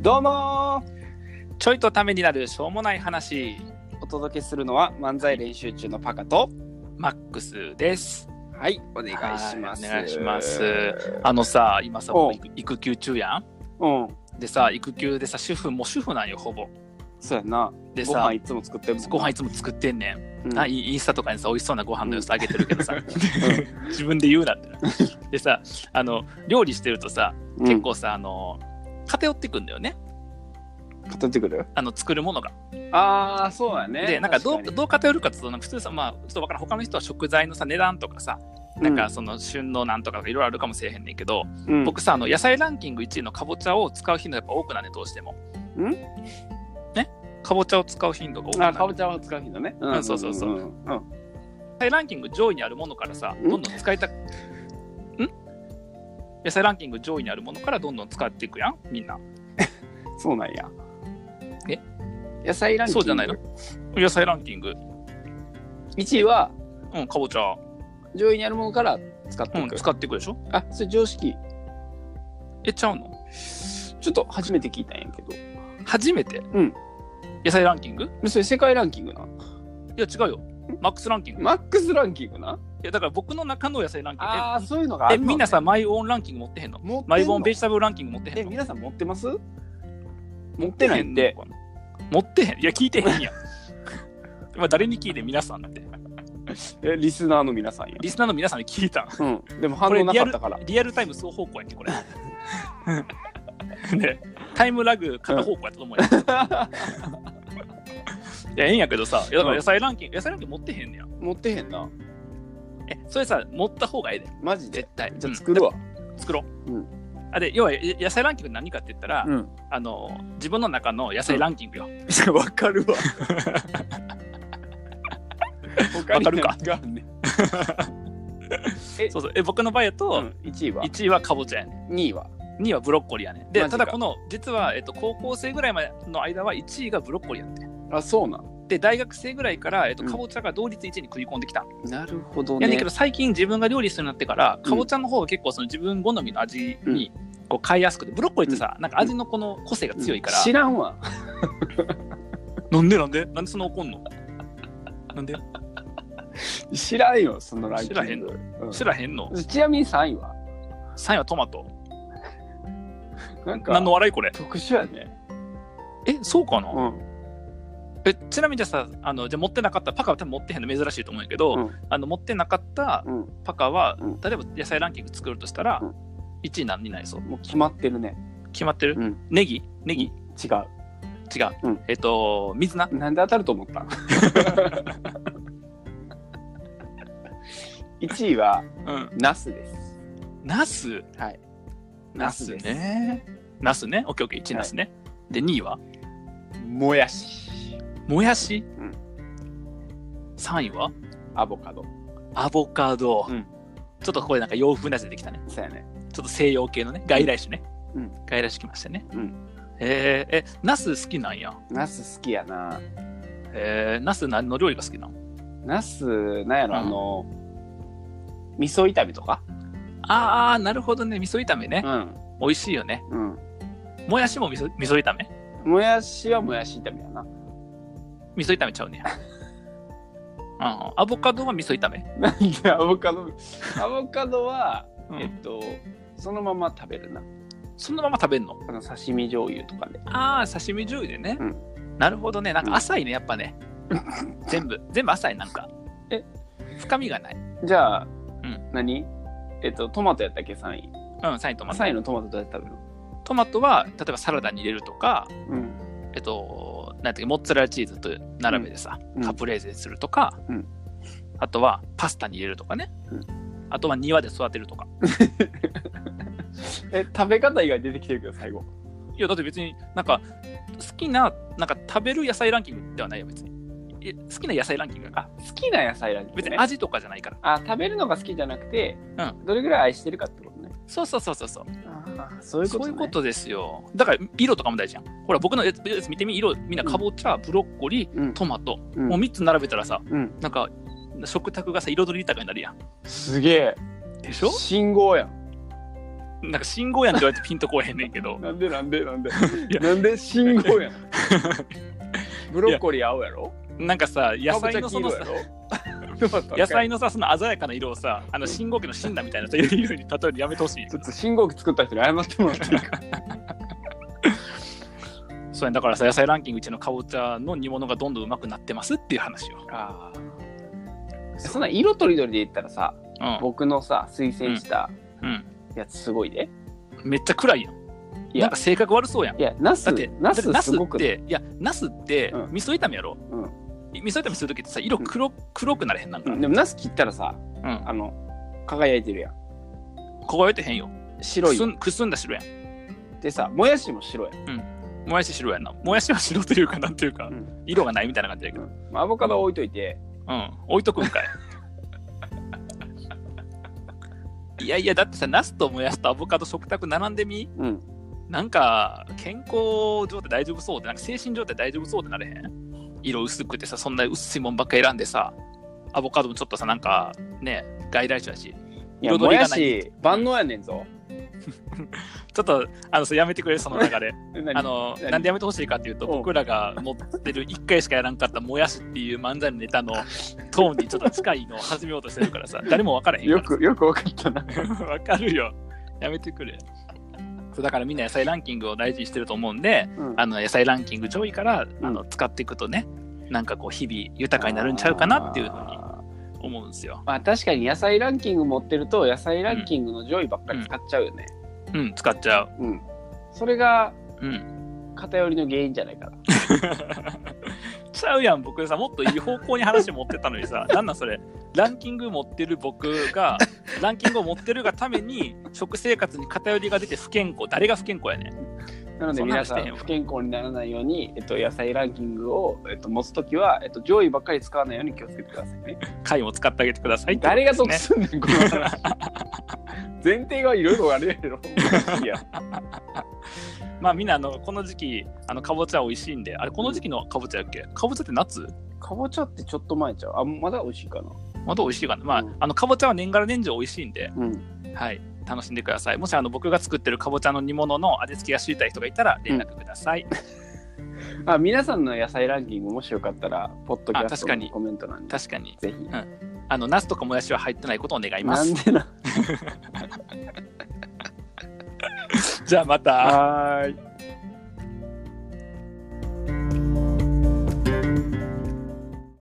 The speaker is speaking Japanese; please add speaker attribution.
Speaker 1: どうもー
Speaker 2: ちょいとためになるしょうもない話、
Speaker 1: お届けするのは漫才練習中のパカと
Speaker 2: マックスです。
Speaker 1: はいお願いします
Speaker 2: はいお願いしますあのさ、今さ、
Speaker 1: おう
Speaker 2: 僕育育休中やん。
Speaker 1: うん
Speaker 2: でさ、育休でさ、主婦もう主婦なんよ、ほぼ。
Speaker 1: そうやな
Speaker 2: で
Speaker 1: ご
Speaker 2: さ
Speaker 1: 飯、いつも作ってるもんな
Speaker 2: ご飯いつも作ってんねん。
Speaker 1: うん
Speaker 2: なインインスタとかにさ、美味しそうなご飯の様子あげてるけどさ、 自分で言うなってな。でさ、あの、料理してるとさ、
Speaker 1: うん
Speaker 2: 結構さ、あの、偏ってくんだよね。
Speaker 1: 語ってくる
Speaker 2: あの、作るものが。
Speaker 1: ああそうやね
Speaker 2: で、なんかどう
Speaker 1: 確に
Speaker 2: どう偏るかっていうと、なんか普通さ、まあ、ちょっとわからん、他の人は食材のさ、値段とかさ、なんかその旬のなんとかとかいろいろあるかもしれへんねんけど、
Speaker 1: うん
Speaker 2: 僕さあの野菜ランキング1位のかぼちゃを使う頻度やっぱ多くなるねどうしても。
Speaker 1: ん
Speaker 2: ねかぼちゃを使う頻度が多
Speaker 1: う
Speaker 2: く
Speaker 1: ん
Speaker 2: な
Speaker 1: あ
Speaker 2: る。
Speaker 1: かぼ
Speaker 2: 野
Speaker 1: ちゃは使う日だねう
Speaker 2: うんそうそうそうん
Speaker 1: うん
Speaker 2: 菜ランキング上位にあるものからさ
Speaker 1: ん
Speaker 2: どんどん使いたん野菜ランキング上位にあるものからどんどん使っていくやんみんな。
Speaker 1: そうなんや
Speaker 2: え
Speaker 1: 野菜ランキング
Speaker 2: そうじゃないの野菜ランキング、
Speaker 1: 1位は
Speaker 2: うん、かぼちゃ、
Speaker 1: 上位にあるものから使って
Speaker 2: う
Speaker 1: い
Speaker 2: ん、
Speaker 1: く
Speaker 2: 使っていくでしょ
Speaker 1: あそれ常識
Speaker 2: えちゃうの
Speaker 1: ちょっと初めて聞いたんやけど
Speaker 2: 初めて、
Speaker 1: うん
Speaker 2: 野菜ランキングい
Speaker 1: それ世界ランキングな
Speaker 2: や違うよ。マックスランキング。い
Speaker 1: マックスランキングな
Speaker 2: やだから僕の中の野菜ランキング。
Speaker 1: ああそういうのがあ
Speaker 2: ええ
Speaker 1: るの
Speaker 2: みんなさマイオンランキング持ってへんの
Speaker 1: 持ってんの
Speaker 2: マイボーンベジタブルランキング持ってへんの
Speaker 1: え皆さん持ってます持ってないんで。
Speaker 2: 持ってへん。いや、聞いてへんやん。 まあ、誰に聞いて皆さんって。
Speaker 1: えリスナーの皆さんや
Speaker 2: リスナーの皆さんに聞いたん。
Speaker 1: うんでも反応なかったから
Speaker 2: リアルタイム双方向やって、 これ。ね、タイムラグ片方向やったと 思うよ。いや、ええんやけどさ、いやだから野菜ランキング、野菜ランキング持ってへんねや。
Speaker 1: 持ってへんな
Speaker 2: え、それさ、持った方がええで、
Speaker 1: マジで
Speaker 2: 絶対。
Speaker 1: じゃあ
Speaker 2: う
Speaker 1: 作るわ
Speaker 2: ん作ろう。
Speaker 1: うん
Speaker 2: あで要はえ野菜ランキングって何かって言ったら、
Speaker 1: うん
Speaker 2: あの自分の中の野菜ランキングよ。
Speaker 1: わかるわ
Speaker 2: わかるか
Speaker 1: 他に何あんねんうん
Speaker 2: そうそう え僕の場合や
Speaker 1: う
Speaker 2: と、
Speaker 1: ん1位は
Speaker 2: 1位はかぼちゃやねん
Speaker 1: 2位は
Speaker 2: 2位はブロッコリーやねで
Speaker 1: マジ
Speaker 2: た
Speaker 1: か
Speaker 2: だこの実は、えっと、高校生ぐらいまでの間は1位がブロッコリーやって
Speaker 1: あそうなん
Speaker 2: で大学生ぐらいから、えっと、
Speaker 1: うん
Speaker 2: かぼちゃが同率1位に食い込んできた、
Speaker 1: なるほど
Speaker 2: いやねんけど最近自分が料理するようになってからかぼちゃの方が結構その自分好みの味にこう変えやすくてブロッコリーってさ、なんか味のこの個性が強いから、
Speaker 1: 知らんわ
Speaker 2: なんでなんでなんでそんな怒んのなんで
Speaker 1: 知らんよそのランキ
Speaker 2: 知らへ
Speaker 1: ン
Speaker 2: ん
Speaker 1: グうん
Speaker 2: 知らへんの
Speaker 1: ちなみに3位は
Speaker 2: 3位はトマト
Speaker 1: なんか
Speaker 2: 何の笑いこれ
Speaker 1: 特殊やね
Speaker 2: えそうかな、
Speaker 1: うん
Speaker 2: えちなみにじゃあさあのじゃあ持ってなかったパカは多分持ってへんの珍しいと思うんやけど、
Speaker 1: うん
Speaker 2: あの持ってなかった
Speaker 1: うん
Speaker 2: パカは、
Speaker 1: うん
Speaker 2: 例えば野菜ランキング作るとしたら、
Speaker 1: うん
Speaker 2: 1位何になりそう
Speaker 1: もう決まってるね
Speaker 2: 決まってる、
Speaker 1: うん
Speaker 2: ネギネギ違
Speaker 1: 違
Speaker 2: う、
Speaker 1: ううん
Speaker 2: えっ、と水菜
Speaker 1: なんで当たると思った ?1 位は
Speaker 2: うん
Speaker 1: ナスです。
Speaker 2: ナス
Speaker 1: はい。
Speaker 2: ナスねナスねオッケーオッケー1位ナスね、で2位は
Speaker 1: もやし。
Speaker 2: もやし、
Speaker 1: ん
Speaker 2: 3位は
Speaker 1: アボカド。
Speaker 2: アボカド、
Speaker 1: うん
Speaker 2: ちょっとここでなんか洋風なやつ出てきたね
Speaker 1: そうやね。
Speaker 2: ちょっと西洋系のね外来種ね、
Speaker 1: うん
Speaker 2: 外来種来ましたね、
Speaker 1: うん
Speaker 2: えー、えナス好きなんや
Speaker 1: ナス好きやな。
Speaker 2: えー、ナス何の料理が好きなの
Speaker 1: ナス、なんやろ、
Speaker 2: うん
Speaker 1: あの、味噌炒めとか
Speaker 2: ああなるほどね味噌炒めね、
Speaker 1: ん。
Speaker 2: 美味しいよね
Speaker 1: うん。
Speaker 2: もやしも味噌味噌炒め
Speaker 1: もやしはもやし炒めやな。
Speaker 2: 味噌炒めちゃ うねうんアボカドは味噌炒め、
Speaker 1: なんでアボカ ド、アボカドは、え
Speaker 2: え
Speaker 1: っと、そのまま食べるな。
Speaker 2: そのまま食べんの
Speaker 1: あの刺身醤油とかで。
Speaker 2: ああ刺身醤油でね、
Speaker 1: うん
Speaker 2: なるほどねなん
Speaker 1: うん
Speaker 2: か浅いねやっぱ ね全部全部浅いなんか
Speaker 1: え
Speaker 2: 深みがない
Speaker 1: じゃあ、
Speaker 2: ん
Speaker 1: 何えっと、トマトやったっけ3位。
Speaker 2: うんサイトマト
Speaker 1: 3位のトマトどうやって食べる
Speaker 2: トマトは例えばサラダに入れるとか
Speaker 1: うん。
Speaker 2: えっとなんていうかモッツァレラチーズと並べてさ、
Speaker 1: うん
Speaker 2: カプレーゼにするとか、
Speaker 1: うん
Speaker 2: あとはパスタに入れるとかね、
Speaker 1: うん
Speaker 2: あとは庭で育てるとか
Speaker 1: え食べ方以外出てきてるけど最後
Speaker 2: いやだって別になんか好きななんか食べる野菜ランキングではないよ別にいや好きな野菜ランキングが
Speaker 1: あ好きな野菜なん
Speaker 2: 別
Speaker 1: 別
Speaker 2: に
Speaker 1: に
Speaker 2: 味とかじゃないから、
Speaker 1: あ食べるのが好きじゃなくて、
Speaker 2: う
Speaker 1: どれぐらい愛してるかってことね
Speaker 2: そうそうそうそうそう
Speaker 1: ああそう
Speaker 2: そういうことですよだから色とかも大事じゃんほら僕のやつやつ見てみ色みんなかぼちゃ、ブロッコリー
Speaker 1: うん
Speaker 2: トマト、
Speaker 1: うん
Speaker 2: もう3つ並べたらさ
Speaker 1: うん
Speaker 2: なんか食卓がさ彩り豊かになるやん
Speaker 1: すげ
Speaker 2: でし
Speaker 1: え
Speaker 2: ょ
Speaker 1: 信号やん
Speaker 2: なんか信号やんって言われてピンとこえへんねん けど
Speaker 1: なんでなんでなんで
Speaker 2: いや
Speaker 1: なんで信号やんブロッコリー青やろ
Speaker 2: なんかさ野菜のそのさ
Speaker 1: かぼち ゃ黄色やろ
Speaker 2: 野菜のさその鮮やかな色をさあの信号機の死んだみたいな人いるように例えるのやめてほし い
Speaker 1: ちょっと信号機作った人に謝ってもらっていいか
Speaker 2: そうやんだからさ野菜ランキング1のかぼちゃの煮物がどんどんうまくなってますっていう話よ、
Speaker 1: あーそんな色とりどりで言ったらさ
Speaker 2: う
Speaker 1: 僕のさ推薦した
Speaker 2: ん
Speaker 1: やつすごいで、
Speaker 2: うん、めっちゃ暗いやん
Speaker 1: いや
Speaker 2: なんか性格悪そうやん
Speaker 1: いやナス
Speaker 2: だって
Speaker 1: ナ
Speaker 2: だって
Speaker 1: ス
Speaker 2: ナス
Speaker 1: すご
Speaker 2: っ
Speaker 1: く
Speaker 2: ていやナスって
Speaker 1: うん
Speaker 2: 味噌炒めやろ、
Speaker 1: うん
Speaker 2: 味噌炒めするときってさ色黒,、黒くなれへんなんか、
Speaker 1: うんでもナス切ったらさ
Speaker 2: うん、
Speaker 1: あの輝いてるやん
Speaker 2: 輝いてへんよ
Speaker 1: 白い
Speaker 2: くすんくすんだ白やん
Speaker 1: でさもやしも白やん、
Speaker 2: もやし白やんなもやしは白というかなんていうか、
Speaker 1: うん
Speaker 2: 色がないみたいな感じやけど
Speaker 1: まあ、アボカドは置いといて
Speaker 2: うん置いとくんかいいやいやだってさナスともやしとアボカド食卓並んでみ
Speaker 1: うん
Speaker 2: なんか健康状態大丈夫そうってなんか精神状態大丈夫そうってなれへん色薄くてさそんな薄いもんばっか選んでさアボカドもちょっとさなんかね外来種だし
Speaker 1: いや
Speaker 2: 彩
Speaker 1: も
Speaker 2: り
Speaker 1: や
Speaker 2: がない
Speaker 1: し万能やねんぞ
Speaker 2: ちょっとあのさやめてくれその流れ
Speaker 1: え 何
Speaker 2: あの
Speaker 1: 何
Speaker 2: なんでやめてほしいかっていうと
Speaker 1: うん
Speaker 2: 僕らが持ってる1回しかやらんかったもやしっていう漫才のネタのトーンにちょっと近いのを始めようとしてるからさ誰も分からへんから
Speaker 1: よくよく分かったな
Speaker 2: わかるよ。やめてくれ。そうだからみんな野菜ランキングを大事にしてると思うんで、
Speaker 1: うん
Speaker 2: あの野菜ランキング上位から、
Speaker 1: うん
Speaker 2: あの使っていくとね、なんかこう日々豊かになるんちゃうかなっていうふうに
Speaker 1: あー
Speaker 2: 思うんですよ。
Speaker 1: まあ確かに野菜ランキング持ってると野菜ランキングの上位ばっかり使っちゃうよね
Speaker 2: うん、使っちゃう。
Speaker 1: うん、それが
Speaker 2: うん。
Speaker 1: 偏りの原因じゃないかな
Speaker 2: ちゃうやん、僕さ、もっといい方向に話持ってったのに さ、なんなんそれ、ランキング持ってる僕が、ランキングを持ってるがために、食生活に偏りが出て不健康、誰が不健康やねん。
Speaker 1: なので
Speaker 2: そんな
Speaker 1: 皆
Speaker 2: のして
Speaker 1: さ
Speaker 2: へん
Speaker 1: ん
Speaker 2: わ
Speaker 1: 不健康にならないように、えっと、野菜ランキングを、えっと、持つときは、えっと、上位ばっかり使わないように気をつけてくださいね。
Speaker 2: 貝も使ってあげてくださいってこと
Speaker 1: 誰
Speaker 2: で
Speaker 1: が
Speaker 2: すね
Speaker 1: 得すんねん、この話。 前提がいろいろあるやろ。いや、
Speaker 2: まあみんなあのこの時期あのかぼちゃ美味しいんであれこの時期のかぼちゃやっけかぼちゃって夏
Speaker 1: かぼちゃってちょっと前ちゃう。あ、まだ美味しいかな。
Speaker 2: まだ美味しいかなまあ、
Speaker 1: うん
Speaker 2: あのかぼちゃは年がら年中美味しいんで
Speaker 1: うん。
Speaker 2: はい楽しんでくださいもしあの僕が作ってるかぼちゃの煮物の味付けが知りたい人がいたら連絡ください、
Speaker 1: あ、皆さんの野菜ランキング、もしよかったら、ポッドキャ
Speaker 2: あ
Speaker 1: ス
Speaker 2: 確
Speaker 1: ト
Speaker 2: か
Speaker 1: の
Speaker 2: に
Speaker 1: コメントなんで、
Speaker 2: 確かに
Speaker 1: ぜひ。
Speaker 2: あのナスとかもやしは入ってないことを願いま
Speaker 1: なん
Speaker 2: す
Speaker 1: でな。
Speaker 2: じゃあまた
Speaker 1: はーい。